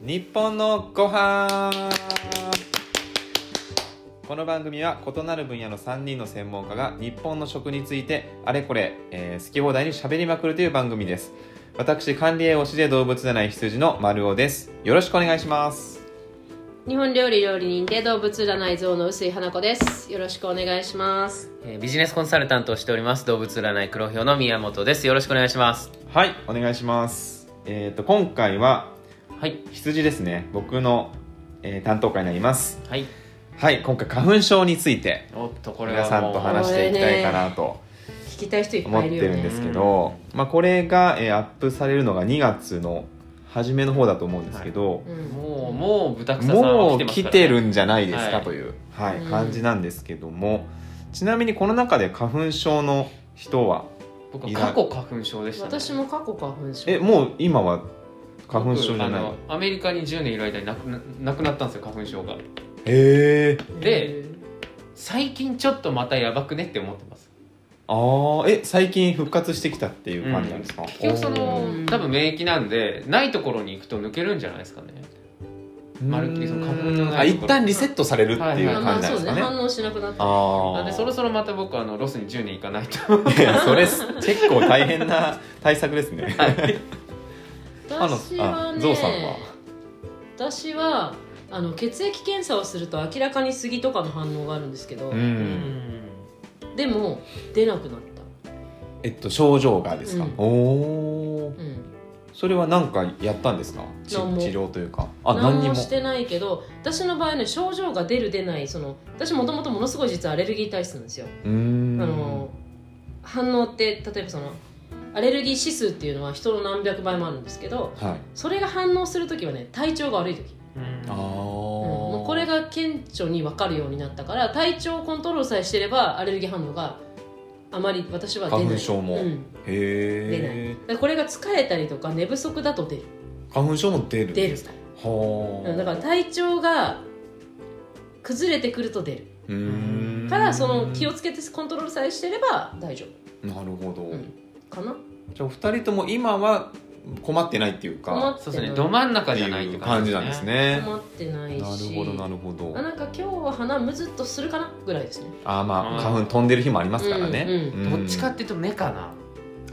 日本のご飯この番組は異なる分野の3人の専門家が日本の食についてあれこれ、えー好き放題に喋りまくるという番組です私管理栄養士で動物占い羊の丸尾ですよろしくお願いします日本料理料理人で動物占い像の薄井花子ですよろしくお願いしますえービジネスコンサルタントをしております動物占い黒ひょうの宮本ですよろしくお願いしますはいお願いしますえっ、と今回ははい羊ですね僕の、えー担当会になりますはいはい今回花粉症についておっとこれは皆さんと話していきたいかなと、聞きたい人いっ思っぱいているよるんでねすけど、まあ、これが、えーアップされるのが2月の初めの方だと思うんですけど、うんもうもう豚草さんもはう来てます来から、ね、てるんじゃないですかはいという、はいうん感じなんですけどもちなみにこの中で花粉症の人は僕は過去花粉症でした、ね、私も過去花粉症えもう今は花粉症じゃない僕あのアメリカに10年いる間になくななくなったんですよ花粉症がへえでうん最近ちょっとまたやばくねって思ってますあーえ最近復活してきたっていう感じなんですか、結局そのうん多分免疫なんでないところに行くと抜けるんじゃないですかねうんまるっきりその花粉のないあ一旦リセットされるっていうはいま感じあなんそでうすねかね、反応しなくなったあなんあでそろそろまた僕あのロスに10年行かないといやそれチェックを大変な対策ですね。私はあねゾウさんは私はあの血液検査をすると明らかに杉とかの反応があるんですけど、うん、でも出なくなったえっと症状がですか。うんおお、うんそれは何かやったんですか。ち治何も療というか、あ何何にもも。してないけど私の場合ね症状が出る出ないその私もともとものすごい実はアレルギー体質なんですようーんあの反応って例えばそのアレルギー指数っていうのは人の何百倍もあるんですけどはい。それが反応する時はね体調が悪い時、うんああ、うんもうこれが顕著に分かるようになったから体調をコントロールさえしてればアレルギー反応があまり私は出ない花粉症もうん、へえ。だからこれが疲れたりとか寝不足だと出る花粉症も出る。出る、はうあ。んだから体調が崩れてくると出るうーん。からその気をつけてコントロールさえしてれば大丈なるほど。うん夫かなじゃあお二人とも今は困ってないっていう困か。ってそうですねないど真んっ中てじゃないっいてう感じなんですね。困ってないなるしほどなるほど。あなんか今日は鼻むずっとするかなぐらいですねあーまうあん花粉飛んでる日もありますからね、うんどっちかっていうと目かな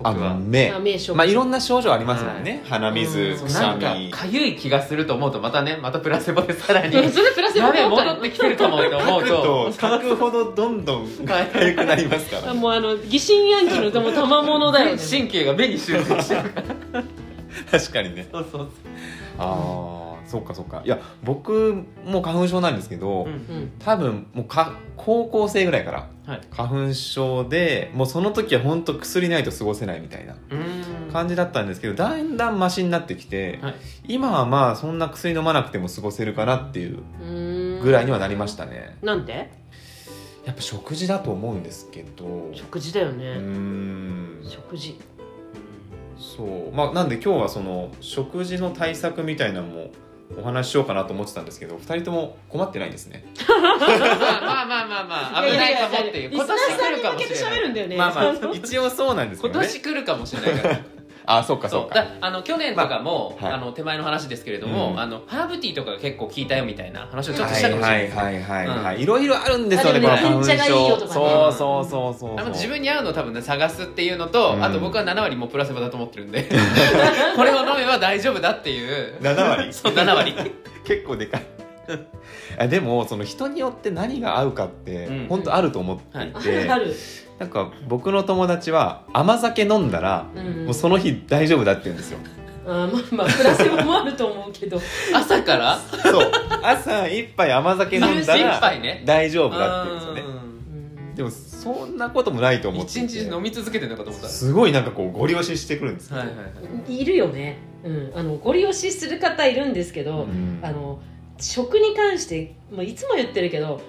あ僕は目あ目消まあいろんな症状ありますもんね、鼻う水んくしなゃんみかかゆい気がすると思うとまたねまたプラセボでさらに それプラスやべえ戻ってきてるかもって思書うくとと書くほどどんどん痒くなりますからもうあの疑心暗鬼のでも賜物だよね神経が目に集中してるから 確かにねそうそうああそっかそっかいや僕も花粉症なんですけど、そう、うん多分もうか高校生ぐらいからはい花粉症でもうその時は本当薬ないと過ごせないみたいなうん感じだったんですけどだんだんマシになってきて、はい今はまあそんな薬飲まなくても過ごせるかなっていううーんぐらいにはなりましたねなんでやっぱ食事だと思うんですけど食事だようーねん食事そうまあなんで今日はその食事の対策みたいなのもお話ししようかなと思ってたんですけど2人とも困ってないんですねまあまあまあまあまあ危ないかもっていうや今や年来やるリスかナーさんにも向けして喋れなるいんだよねまあまそあの一応そうなんですけ今どね年来るかもしれないからあそうかそそううかだあの去年とかも、まあはいあの手前の話ですけれどうも、んあのハーブティーとかが結構効いたよみたいな話をちょっはとしたいかもしれなはいいです、はいはいはういいろいろあるんですよねこあでのも花粉煎茶がいいよ症とかねそうそうそうそうあの自そう分に合うのを多分ね探すっていうのと、うんあと僕は7割もプラセボだと思ってる んでこれを飲めば大丈夫だっていう7割 そう7割 結構でかいあでもその人によって何が合うかって、うん本当あると思っていて、あるなんか僕の友達は甘酒飲んだら、うんもうその日大丈夫だって言うんですよあーまあまあプラセボもあると思うけど朝からそう朝一杯甘酒飲んだ一ら杯ね大丈夫だって言うんですよねうんでもそんなこともないとうん思ってい一て日飲み続けてるのかと思ったすごいなんかこうご利用ししてくるんですよ、はいはいはいいるよね、うん、あのご利用しする方いるんですけうど、んあの食に関して、まあ、いつも言ってるけど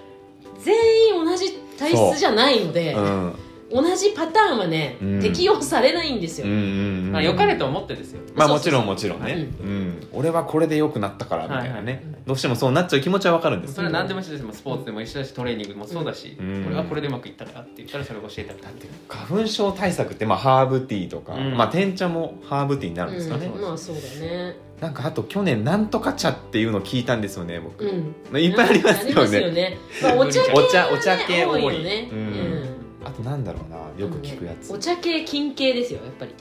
全員同じ体質じゃないので、うん同じパターンはね、うん適用されないんですよ、うんうんうんまあ、良かれと思ってですよまあそもうそちうそろうんもちろんね、はいうん、俺はこれで良くなったからみたいなね、はいはいどうしてもそうなっちゃう気持ちはわかるんですそれは何でも一緒ですよスポーツでも一緒だしトレーニングもそうだし、うん俺はこれでうまくいったからって言ったらそれを教えたくなっていう花粉症対策ってまあハーブティーとか、うんまあ、天茶もハーブティーになるんですかね、うんまあそうだねなんかあと去年なんとか茶っていうのを聞いたんですよね僕、うんいっぱいありますよねまあお茶系おはね茶お茶系多いよねうんあとなんだろうなよく聞くやつ、お茶系金系ですよやっぱり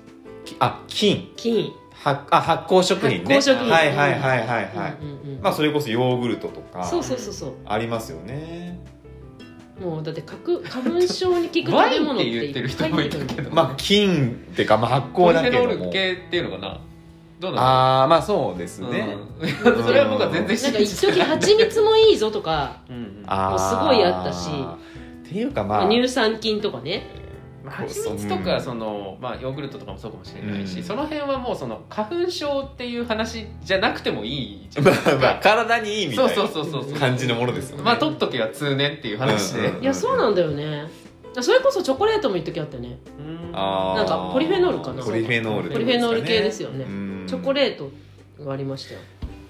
きあ金金発あ発酵食品ね発酵食品はいはいはいはいはい、うんうんうんまあそれこそヨーグルトとかそうそうそうそありますよねうもうだって花粉花粉症に効くワ食べインっ物て言ってる人もいたけどまあ金ってか、まあ、発ポ酵リフだけェノどールも系っていうのかなどうなああまあそうですのね、うんそれは僕は全然なんか一て時蜂蜜もいいぞとかうんああもうすごいあったしっていうかまあ乳酸菌とかねまあ蜂蜜とかその、まあ、ヨーグルトとかもそうかもしれないし、うんその辺はもうその花粉症っていう話じゃなくてもいいじゃん まあまあ体にいいみたいそうなそうそうそうそう感じのものですよねまあ取っとけば通年っていう話で、うんうんいやそうなんだよねそれこそチョコレートも一時あったよねあーなんかポリフェノールかなポリフェノールポリフェノール系ですよねうんチョコレートがありましたよ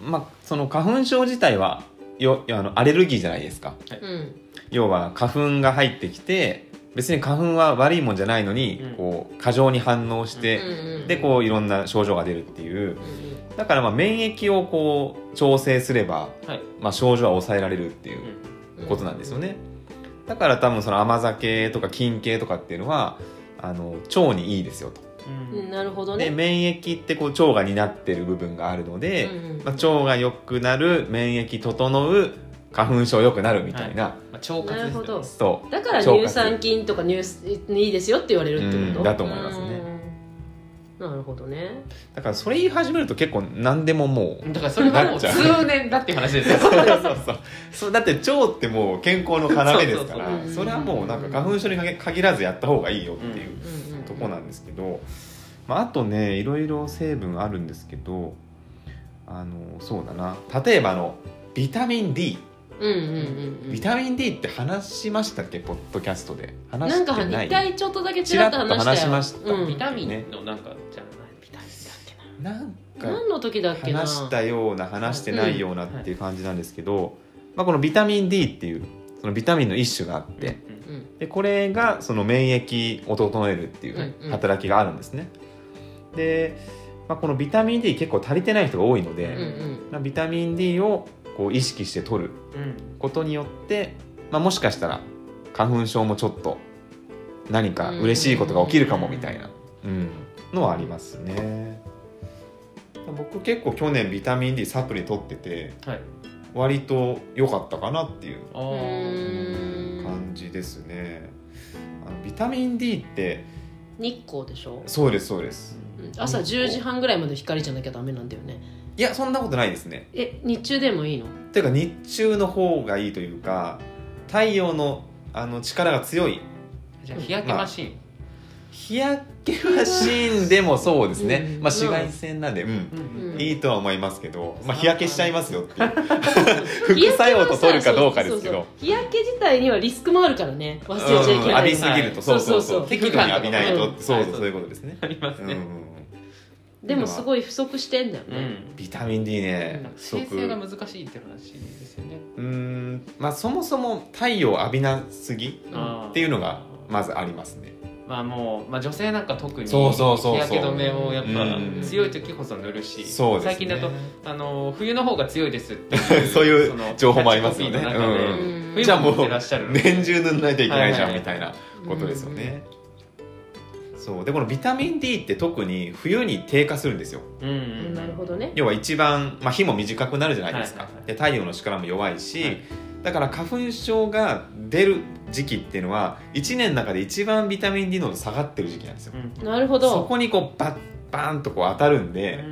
まあその花粉症自体はよあのアレルギーじゃないですかうん要は花粉が入ってきて別に花粉は悪いもんじゃないのに、うんこう過剰に反応して、うんうんでこういろんな症状が出るっていううんうんだからまあ免疫をこう調整すれば、はいまあ、症状は抑えられるっていうことなんですよね、だから多分その甘酒とか菌系とかっていうのはあの腸にいいですよとうんなるほどでね免疫ってこう腸が担ってる部分があるので、うんうんまあ、腸が良くなる免疫整う花粉症良くなるみたいな、まあ、腸活です、ね、なるほどそうだから腸活乳酸菌とか乳にいいですよって言われるってこと、うんだと思いますねうんなるほどねだからそれ言い始めると結構何でも もうだからそれはもう通年だっていう話です よそうそうそうそうだって腸ってもう健康の要ですからそうそそうそうれはもうなんか花粉症にかけ限らずやった方がいいよっていううんうんとこなんですけど、まあ、あとねいろいろ成分あるんですけどあのそうだな例えばあのビタミン D うんうんうんうんビタミン D って話しましたっけポッドキャストで話なしんてかない一回ちょっとだけちちららっっとと話したよ話しましたうんビタミンのなんかじゃないビタミンだっけななんか何の時だっけな話したような話してないようなっていう感じなんですけど、まあ、このビタミン D っていうそのビタミンの一種があってうんでこれがその免疫を整えるっていうんううん働きがあるんですね。で、まあ、このビタミン D 結構足りてない人が多いので、うんうんまあビタミン D をこう意識して取るうんことによって、まあ、もしかしたら花粉症もちょっと何か嬉しいことが起きるかもみたいな、うん、のはありますね。僕結構去年ビタミン D サプリ取っててはい割と良かったかなっていうあうーーん感じですね。あのビタミン D って日光でしょそうですそうです。うん朝10時半ぐらいまで光じゃなきゃダメなんだよねいやそんなことないですね。え日中でもいいのというか日中の方がいいというか太陽のあの力が強いじゃあ日焼けマシーン、日焼けはシーンでもそうですね、うんまあ、紫外線なんで、うんうんいいとは思いますけど、まあ、日焼けしちゃいますよっていう 副日焼けはさ作用と取るかどうかですけそうどそうそう日焼け自体にはリスクもあるからね忘れちゃいけうんな浴い、びすぎるとそうそうそうはい適度に浴びないと、うんそうはそいうそういうことですね、ありますうね、んでもすごい不足してんだよね、ビタミン D ねなんかすご生成がく難しいって話ですよねうんまあそもそも太陽を浴びなすぎあーっていうのがまずありますねまあもう、まあ、女性なんか特に日そうそう焼そうそうけ止めをやっうんぱ強い時こそ塗るし、そうですね最近だとあの冬の方が強いですってい そういうの情報もありますよねキャッチコピーの中でうん冬じゃあもも塗っうてらっしゃるので年中塗んないといけないじゃはんいみたいなことですよね、そうでこのビタミン D って特に冬に低下するんですようんうんうんなるほどね要は一番、まあ、日も短くなるじゃないですか、はいはいはいで太陽の力も弱いし、はいだから花粉症が出る時期っていうのは1年の中で一番ビタミン D の下がってる時期なんですよ、なるそほどこにこうバッバーンとこう当たるんで、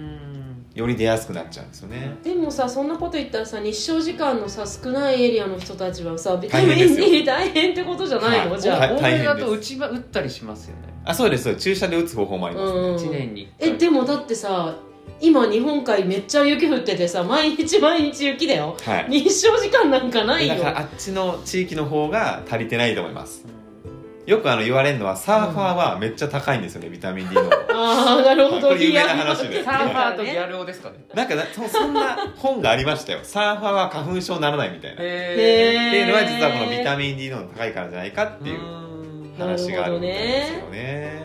より出やすくなっちゃうんですよね、でもさそんなこと言ったらさ日照時間のさ少ないエリアの人たちはさビタ大ミ変ですンよ D 大変ってことじゃないの、はいじゃあ、はい欧大変米ですだとうちは打ったりしますよねあそうですそうです注射で打つ方法もあります、うん1年にえでもだってさ今日本海めっちゃ雪降っててさ毎日毎日雪だよはい日照時間なんかないよだからあっちの地域の方が足りてないと思いますよくあの言われるのはサーファーはめっちゃ高いんですよね、ビタミン D のああなるほこどれ有名な話でリアルサなーファーとギねャル男ですかねなんかなそそんな本がありましたよサーファーは花粉症にならないみたいな、へっていうのは実はこのビタミン D の高いからじゃないかっていうー話があるみたいですよね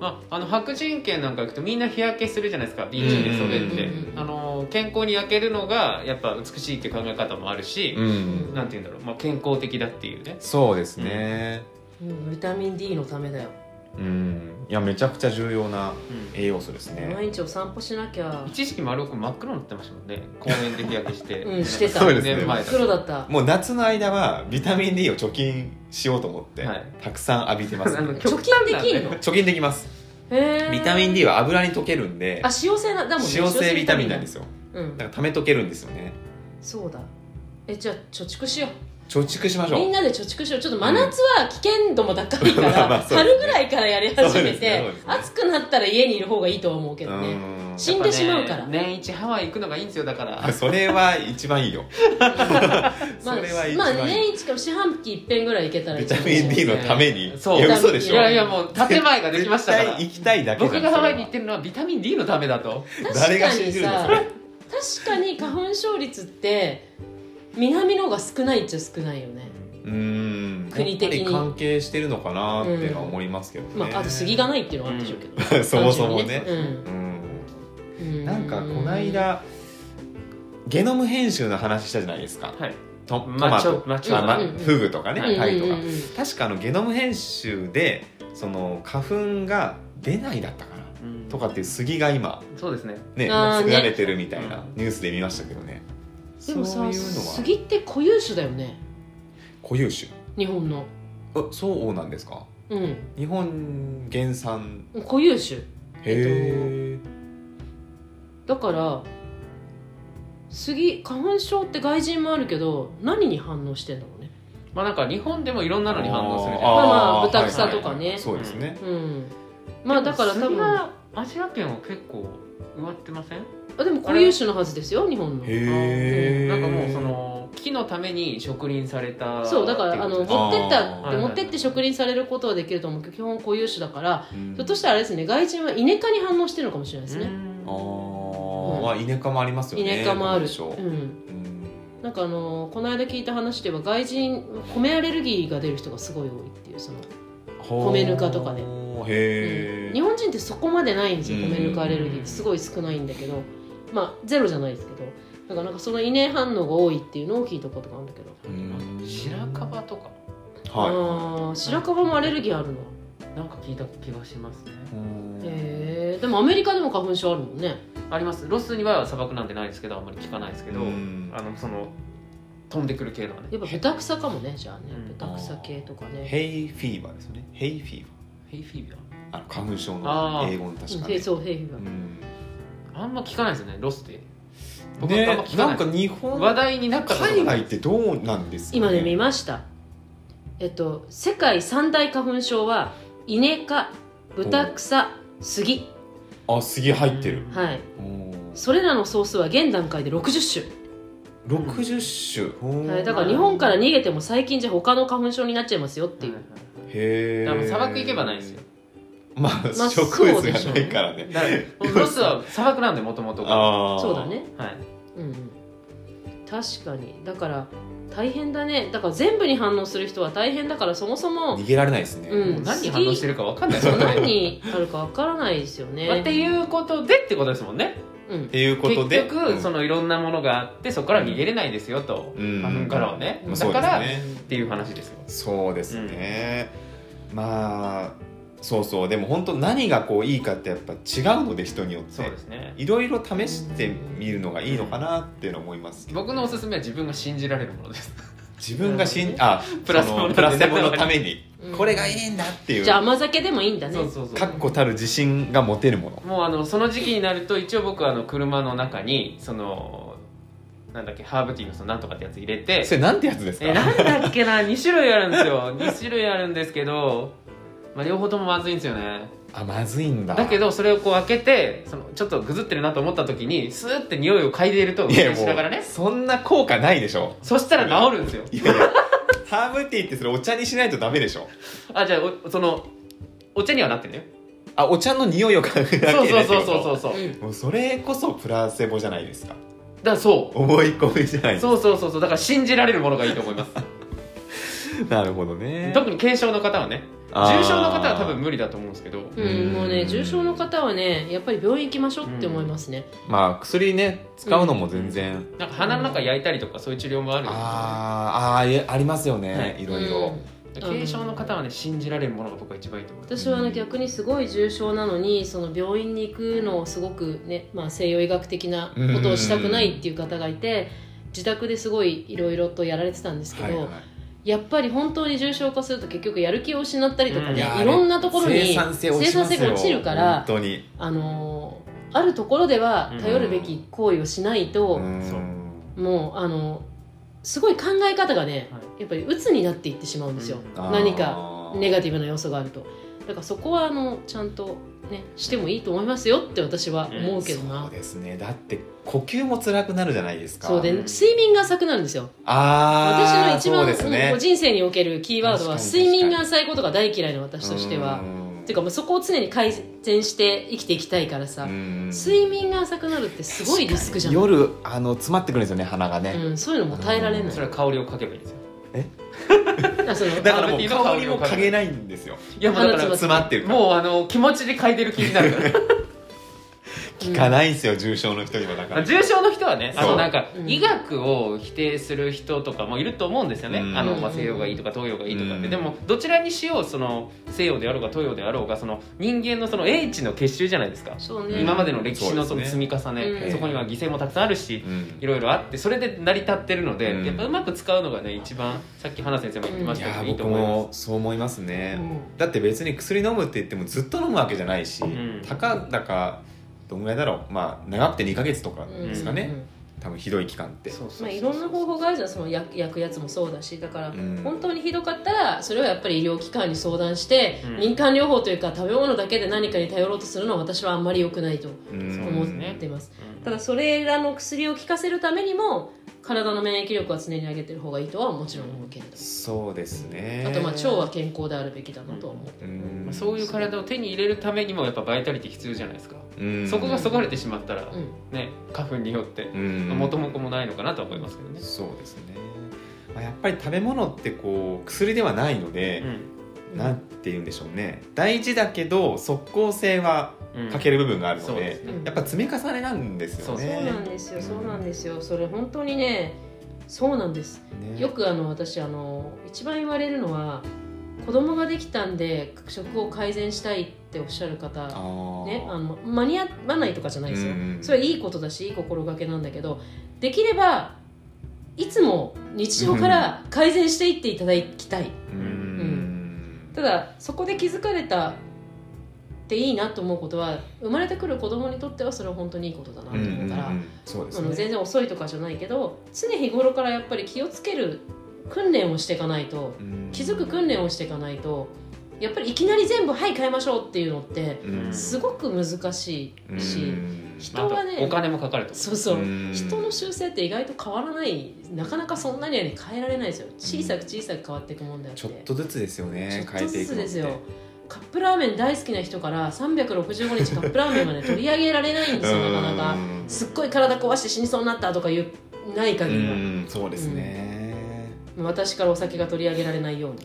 ままあ、あの白人圏なんか行くとみんな日焼けするじゃないですかビーチでそれって、うんうんうんあの健康に焼けるのがやっぱ美しいっていう考え方もあるし、うんなんて言うんだろう、まあ、健康的だっていうねそうですねうんビタミン D のためだよ、うん、いやめちゃくちゃ重要なうん栄養素ですね毎日お散歩しなきゃ一時期丸尾君真っ黒になってましたもんね公園で日焼けして うんしてたそうですね年前だ黒だったもう夏の間はビタミン D を貯金しようと思って、はいたくさん浴びて ます、あの貯極端金でなんだきね んの貯金できますへービタミン D は油に溶けるんであ使用性なだもんね使用性ビタミンなんですすようんだから溜めとけるんですよねそうだえじゃあ貯蓄しよ貯蓄しましうみょんうなで貯蓄しようちょっと真夏は危険度も高いか まあまあらそうですね春ぐらいからやりそ始うでめすねそうてですね暑くなったら家にいる方がいいとは思うけどう ねん死んでしまうからやっぱね年一ハワイ行くのがいいんですよだからあそれは一番いいよそれは一まあ番いい、年一か四半期一遍ぐらいいけたらビタミン D のためにそういや嘘でしいょやいやもう建前ができましたから絶対行きたいだけじゃ僕んがハワイそれに行はってるのはビタミン D のためだと誰確がか信にじるのさそれ確かに花粉症率って南の方が少ないっちゃ少ないよねうん国的にやっぱり関係してるのかなっていうのは思いますけどね、まああと杉がないっていうのはあるでしょうけ ど、そもそもね単純にねううんん、なんかこの間ゲノム編集の話したじゃないですかはいトトママチョト、マチョあまうんうんフグとかね、はいタイとか、うんうんうん確かあのゲノム編集でその花粉が出ないだったかなとかっていう杉が今そうですねねあー作ねられてるみたいなうんニュースで見ましたけどねでもそういさうのは杉って固有種だよね固有種日本のあそうなんですかうん日本原産固有種へえだから杉花粉症って外人もあるけど何に反応してんだろうねまあなんか日本でもいろんなのに反応するじゃあんーまあまあ豚草とかねそうですねうんまあだから多杉分あはアジア圏は結構植わってませんでも固有種のはずですよ日本のへえなんかもうその木のために植林されたそうだからあのっていうこと持ってったあー持ってって植林されることはできると思うけど基本固有種だからうんひょっとしたらあれですね外人はイネ科に反応してるのかもしれないですねあーまあイネ科もありますよイねネ科もあるでしょうんうんなんかあのこの間聞いた話では外人米アレルギーが出る人がすごい多いっていうその、米ぬかとかねほーへえ日本人ってそこまでないんですようん米ぬかアレルギーってすごい少ないんだけどまあゼロじゃないですけどだからなんかそのイネ反応が多いっていうのを聞いたことがあるんだけど、うん白樺とかはああ白樺もアレルギーあるのなんか聞いた気がしますねいうんへえでもアメリカでも花粉症あるもんねありますロスには砂漠なんてないですけどあんまり聞かないですけどうんあのその飛んでくる系のはねやっぱブタクサかもねじゃあねうんブタクサ系とかねヘイフィーバーですよねヘイフィーバーヘイフィービあの花粉症のあー英語の確うんかへねいそうヘイフィーバーうんアあんま聞かないですよねロスで僕はあんまね聞なかないんか日本話題になったことが海外ってどうなんですかね今ね見ましたえっと世界三大花粉症はイネ科ブタクサスギあ杉入ってるはいおーそれらの総数は現段階で60 60種種、はい、だから日本から逃げても最近じゃ他の花粉症になっちゃいますよっていう、へえだから砂漠行けばないんですよまあまあ植そう物でしがょうねないからねだからロスは砂漠なんでもともとがああそうだねはいうんうん確かにだから大変だねだから全部に反応する人は大変だからそもそも逃げられないですねうんもう何に反応してるか分かんないですよね何にあるかわからないですよまあ ってね、いうことでってことですもんねうんっ、ていうことで結局、そのいろんなものがあってそこから逃げれないですよと、うん花粉からはね、うんだかそら、うですねっていう話ですよそうですね、まあそうそうでも本当何がこういいかってやっぱ違うので人によってそうですねいろいろ試してみるのがいいのかなっていうの思いますけど僕のおすすめは自分が信じられるものです自分がしんあプラスそボののプラセボのためにうんこれがいいんだっていうじゃあ甘酒でもいいんだねそうそうそう確固たる自信が持てるものもうあのその時期になると一応僕はあの車の中にそのなんだっけハーブティーのそのなんとかってやつ入れてそれなんてやつですかえなんだっけな2種類あるんですよ2種類あるんですけど、まあ、両方ともまずいんですよねあまずいんだだけどそれをこう開けてそのちょっとぐずってるなと思った時にスーって匂いを嗅いでいると運いや転もしながらねうそんな効果ないでしょそしたら治るんですよいやいやハーブティーってそれお茶にしないとダメでしょあじゃあおそのお茶にはなってねあお茶の匂いを嗅ぐだそうけでそうってこそとうそうそうそうだかうんもうそれこそプラセボじゃないですからそ思い込みじゃなういそうそうそうそ うだから信じられるものがいいと思いますなるほどね特に軽症の方はねあー重症の方は多分無理だと思うんですけどうん、もううねん重症の方はねやっぱり病院行きましょうって思いますね、まあ薬ね使うのも全然、なんか鼻の中焼いたりとかそういう治療もあるんですけどあーあーいえありますよね、、はいいろいろ、軽症の方はね信じられるものが僕は一番いいと思います私はね逆にすごい重症なのにその病院に行くのをすごく、ねまあ、西洋医学的なことをしたくないっていう方がいて自宅ですごいいろいろとやられてたんですけど、はいはいやっぱり本当に重症化すると結局やる気を失ったりとかうんいね、やいろんなところ生に産性落ちますよ生産性が落ちるから本当にあのーあるところでは頼るべき行為をしないと、んそうもうあのすごい考え方がね、はやっぱり鬱になっていってしまうんですよ、あー何かネガティブな要素があるとだからそこはあのちゃんとねしてもいいと思いますよって私は思うけどそなう、ですねだって呼吸も辛くなるじゃないですかそうでうん睡眠が浅くなるんですよ私あのあ一番、そうですねもう人生におけるキーワードは確かに睡眠が浅いことが大嫌いな私としてはうんていうかもうそこを常に改善して生きていきたいからさ、うん睡眠が浅くなるってすごいリスクじゃん、夜あの詰まってくるんですよね鼻がね、うん、そういうのも耐えられない、それは香りをかけばいいんですよあそのだからあもう香りも嗅げないんですよいやもうだ鼻か詰まってるらからもうあの気持ちで嗅いでる気になるから 効かないんですよ重症の人にはだかあら重症の人はねそうあのなんかうん医学を否定する人とかもいると思うんですよね、うんあのまあ西洋がいいとか東洋がいいとかって、うんでもどちらにしようその西洋であろうが東洋であろうがその人間のその英知の結集じゃないですか、そうね今までの歴史のそそうのです積み重ねうそんこには犠牲もたくさんあるし、うんいろいろあってそれで成り立ってるので、うんやっぱうまく使うのがね一番さっき花先生も言ってまいしたけやど、ーいいと僕思いますもそう思いますね、うんだって別に薬飲むって言ってもずっと飲むわけじゃないし、んたかだかどんぐらいだろうまあ長くて2か月とかうんですかね、うん多分ひどい期間ってそうそうそうまあ、いろんな方法があるじゃんその焼焼くやつもそうだしだから、うん本当にひどかったらそれはやっぱり医療機関に相談して、うん民間療法というか食べ物だけで何かに頼ろうとするのは私はあんまり良くないとうんそう思でっすねてます、うんただそれらの薬を効かせるためにも体の免疫力は常に上げてる方がいいとはもちろん思うけれど、そうですねあとまあ腸は健康であるべきだなとは思うう、んまあそういう体を手に入れるためにもやっぱバイタリティ必要じゃないですか、うんそこがそがれてしまったら、うんね花粉によってうん元も子もないのかなとは思いますけどね、そうですね、まあ、やっぱり食べ物ってこう薬ではないので、なんて言うんでしょうね大事だけど即効性はうん欠ける部分があるそのうで、ですねうんやっぱ積み重ねなんですよそうそうねなんですよそうなんですよそれ本当にねそうなんですねよくあの私あの一番言われるのは子供ができたんで食を改善したいっておっしゃるあ方ーね、あの間に合わないとかじゃないですよ、うんうんそれはいいことだしいい心がけなんだけどできればいつも日常から改善していっていただきたい、うんただそこで気づかれたっていいなと思うことは生まれてくる子供にとってはそれは本当にいいことだなとうんうん思うから、うんそうであすのね全然遅いとかじゃないけど常日頃からやっぱり気をつける訓練をしていかないとうん気づく訓練をしていかないとやっぱりいきなり全部「はい変えましょう」っていうのってうんすごく難しいし、うん人まああとはねお金もかかるとそうそう、うん人の習性って意外と変わらないなかなかそんなにはね変えられないですよ小さく小さく変わっていくもんだよちょっとずつですよね変えていくのってですよカップラーメン大好きな人から365日カップラーメンまで取り上げられないんですよなかなか。うんすっごい体壊して死にそうになったとかいうない限りは、うんそうですね、私からお酒が取り上げられないように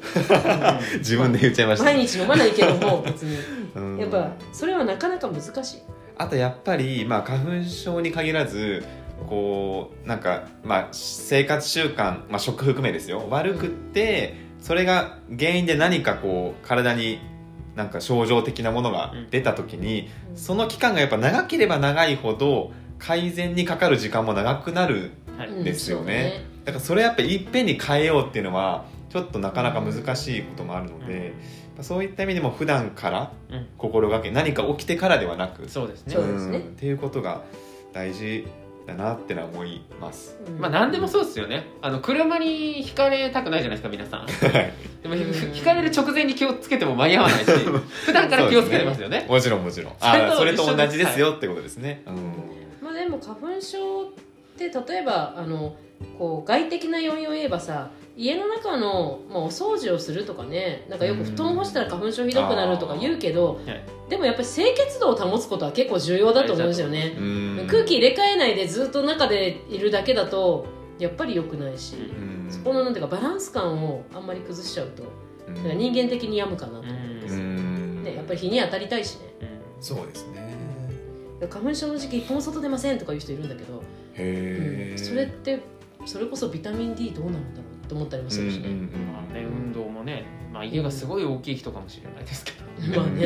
自分で言っちゃいました、毎日飲まないけども別にうんやっ ぱそれはなかなか難しい、あとやっぱり、まあ、花粉症に限らずこうなんか、まあ、生活習慣、まあ、食含めですよ悪くってそれが原因で何かこう体になんか症状的なものが出た時に、その期間がやっぱ長ければ長いほど改善にかかる時間も長くなるはうんい、ですよねそうだからそれやっぱいっぺんに変えようっていうのはちょっとなかなか難しいこともあるので、そういった意味でも普段からうん心がけ何か起きてからではなくそうですねそうですねんっていうことが大事だなってのは思います。ねうんまあ何でもそうですよねあの車にひかれたくないじゃないですか皆さんでもうんひかれる直前に気をつけても間に合わないし普段から気をつけてますよねもちろんもちろん。それとあそれと一緒同ですじですよってことですね。うんまあでも花粉症って例えばあのこう外的な要因を言えばさ家の中の、まあ、お掃除をするとかねなんかよく布団干したら花粉症ひどくなるとか言うけど、はいでもやっぱり清潔度を保つことは結構重要だと思うんですよね、うん空気入れ替えないでずっと中でいるだけだとやっぱり良くないし、うんそこのなんていうかバランス感をあんまり崩しちゃうとうんだから人間的に病むかなと思います、うんね、やっぱり日に当たりたいしねそうですね花粉症の時期一本も外出ませんとかいう人いるんだけど、へえうんそれってそれこそビタミン D どうなんだろうと思ったりもするしうんね、まあね運動もね、まあ、家がすごい大きい人かもしれないですけ ど、まあね、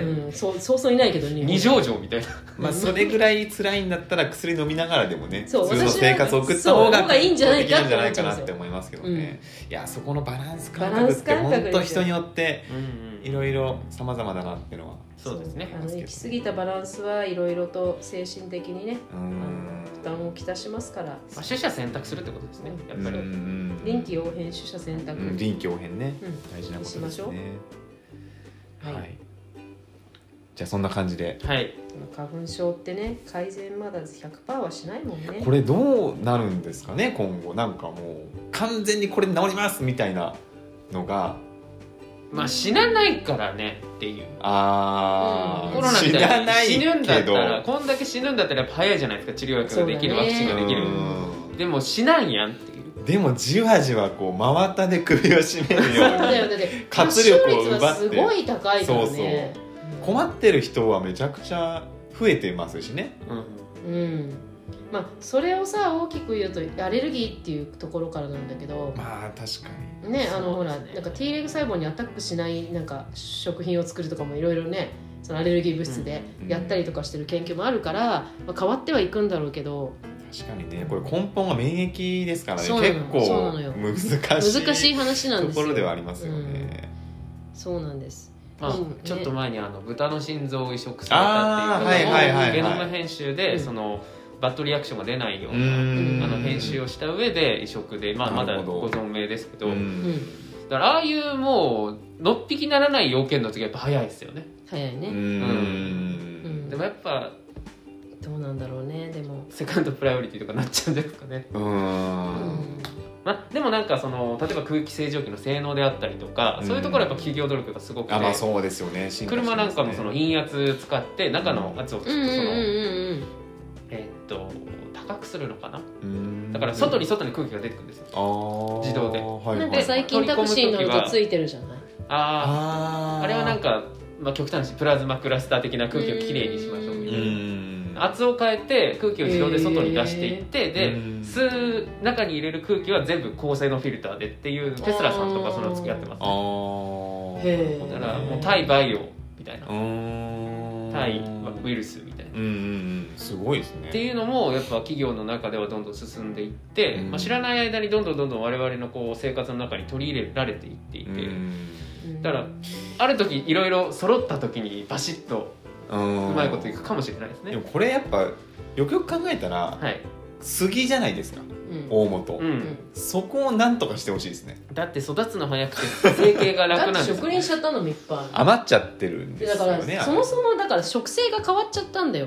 うん、そうそうそういないけどね二条城みたいなまあそれぐらい辛いんだったら薬飲みながらでもねそう普通の私は生活を送った方がそう方がいいんじゃないかできるんじゃないかなっってて思いますけどね、いやそこのバランス感バ覚ランっスて感覚本当です人よによっていろいろ様々だなってのはそうですねあの行き過ぎたバランスはいろいろと精神的にねうーん負担をきたしますからまあ、取捨選択するってことですねやっぱり、うん臨機応変取捨選択、うん臨機応変ね、うん大事なことでしすましょうねはい、はいじゃあそんな感じではい花粉症ってね改善まだ100%はしないもんねこれどうなるんですかね今後なんかもう完全にこれで治りますみたいなのがまあ死なないからねっていうあー、コロナみ知たいらにない死ぬんけだったどらこんだけ死ぬんだったらやっぱ早いじゃないですか治療薬ができる、そうだワねクチンができるうんでも死なんやんっていうでもじわじわこう真綿で首を絞めるそうようだによだって活力を奪って発症率はすごい高いからねうん困ってる人はめちゃくちゃ増えてますしねううんまあそれをさ大きく言うとアレルギーっていうところからなんだけどまあ確かにねあのそほうですらねなんか T レグ細胞にアタックしないなんか食品を作るとかもいろいろねそのアレルギー物質でうんやったりとかしてる研究もあるから、まあ、変わってはいくんだろうけど確かにねこれ根本が免疫ですからねそうなの結そうなのよ構難しい難しい話なんとですこよろではありますよね、そうなんですまあうんちょっと前にあの豚の心臓を移植されたっていうあーはいはいはいはいゲノム編集うでんそのバッドリアクションが出ないよううなーんあの編集をした上で移植で、まあ、まなだるほどご存命ですけどううん、んだからああいうもうのっぴきならない要件の次はやっぱ早いですよね早いね、うんうんでもやっぱどうなんだろうねでも、セカンドプライオリティとかなっちゃうんじゃないですかね、うーうんん、まあ、でもなんかその例えば空気清浄機の性能であったりとかそういうところはやっぱ企業努力がすごくて、あまあそうですよね進化してま車すなねんかもその陰圧使って中の圧をちょっとうそんうんうんの、うんえーっと高くするのかなうんだから外に外に空気が出てくるんですよ、あー自動ではいはないんか最近タクシー乗るとついてるじゃないあああーあれはなんか、まあ、極端な話プラズマクラスター的な空気をきれいにしましょううみたいな。ん圧を変えて空気を自動で外に出していって、うでん吸う中に入れる空気は全部高性能フィルターでっていうテスラさんとかそのやってますあーへーだからもう対バイオみたいなうーん対ウイルスみたいなうんうんうんすごいですねっていうのもやっぱ企業の中ではどんどん進んでいって、うんまあ、知らない間にどんどんどんどん我々のこう生活の中に取り入れられていっていて、うんうんだからある時いろいろ揃った時にバシッとううんまいこといくかもしれないですねでも。これやっぱよくよく考えたらはい杉じゃないですかうん大元、う、うんんそこをなんとかしてほしいですねだって育つの早くて生形がだ楽っなてんです 植林しちゃったのもいっぱいある余っちゃってるんでですだかよら、ねそもそもだから植生が変わっちゃったんだよ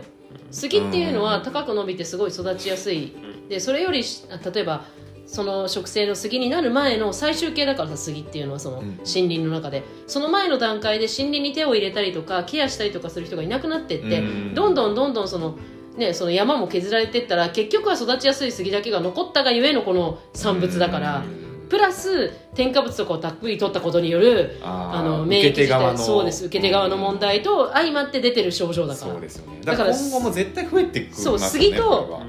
杉っていうのは高く伸びてすごい育ちやすいでそれよりし例えばその植生の杉になる前の最終形だからさ杉っていうのはそうのん森林の中で、その前の段階で森林に手を入れたりとかケアしたりとかする人がいなくなってって、うんどんどんどんどんその,、ね、その山も削られてったら結局は育ちやすい杉だけが残ったがゆえのこの産物だから、うんプラス添加物とかをたっぷり取ったことによるあーあの受免け疫手自側体のそうです受け手側の問題と相まって出てる症状うんだからそうですよねだだかからら今後も絶対増えてくるそう杉と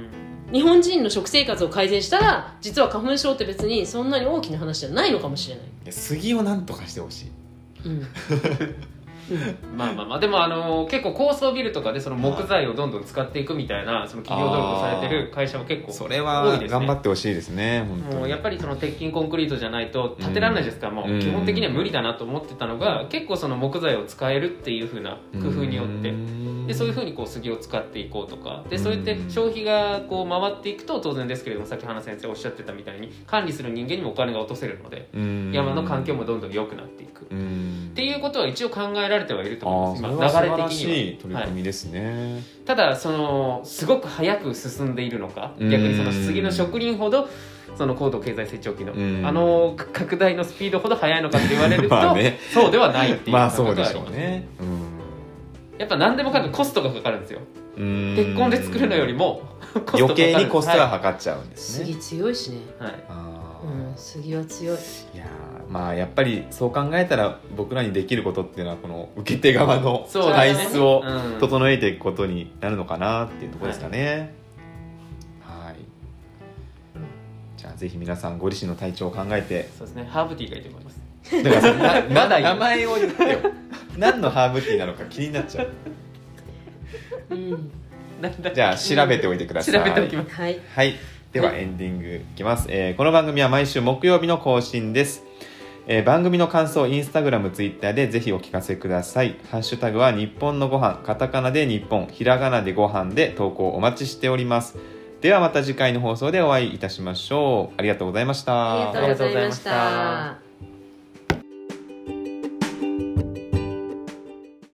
うん日本人の食生活を改善したら実は花粉症って別にそんなに大きな話じゃないのかもしれない、杉をなんとかしてほしいうん、まあまあまあでもあの結構高層ビルとかでその木材をどんどん使っていくみたいなその企業努力されてる会社も結構それ多はいですね頑張ってほしいですね本当もうやっぱりその鉄筋コンクリートじゃないと建てられないですから、うもんう基本的には無理だなと思ってたのが、結構その木材を使えるっていうふうな工夫によって、でそういうふうにこう杉を使っていこうとかでそうやってうん消費がこう回っていくと当然ですけれどもさっき花先生おっしゃってたみたいに管理する人間にもお金が落とせるのでに山の環境もどんどん良くなっていくっうんていうことは一応考えられてはいるとあ思あいそまれすは今素晴流れら的にしい取り組みですね、はただそのすごく早く進んでいるのかうん逆にその杉の植林ほどその高度経済成長期のうんあの拡大のスピードほど早いのかって言われるとまあ ねそうではないって いうまあ感そう覚がであしりょまうすねやっぱ何でもかんでもコストがかかるんですようん鉄痕で作るのよりもコストかかる余計にコストがはかかっちゃうんですね、杉強いしねいはいあうん、杉は強いいやーまあやっぱりそう考えたら僕らにできることっていうのはこの受け手側の そうだ体ね質をうん整えていくことになるのかなっていうところですかね。はいじゃあぜひ皆さんご自身の体調を考えてそうですねハーブティーがいいと思いますだからなな まだ言名う前を言ってよ何のハーブティーなのか気になっちゃううんなんだじゃあ調べておいてください調べておきますはい はい。でははエンディングいきます、えーこの番組は毎週木曜日の更新です。えー番組の感想、インスタグラム、ツイッターでぜひお聞かせください。ハッシュタグは日本のご飯、カタカナで日本、ひらがなでご飯で投稿お待ちしております。ではまた次回の放送でお会いいたしましょう。ありがとうございました。ありがとうございました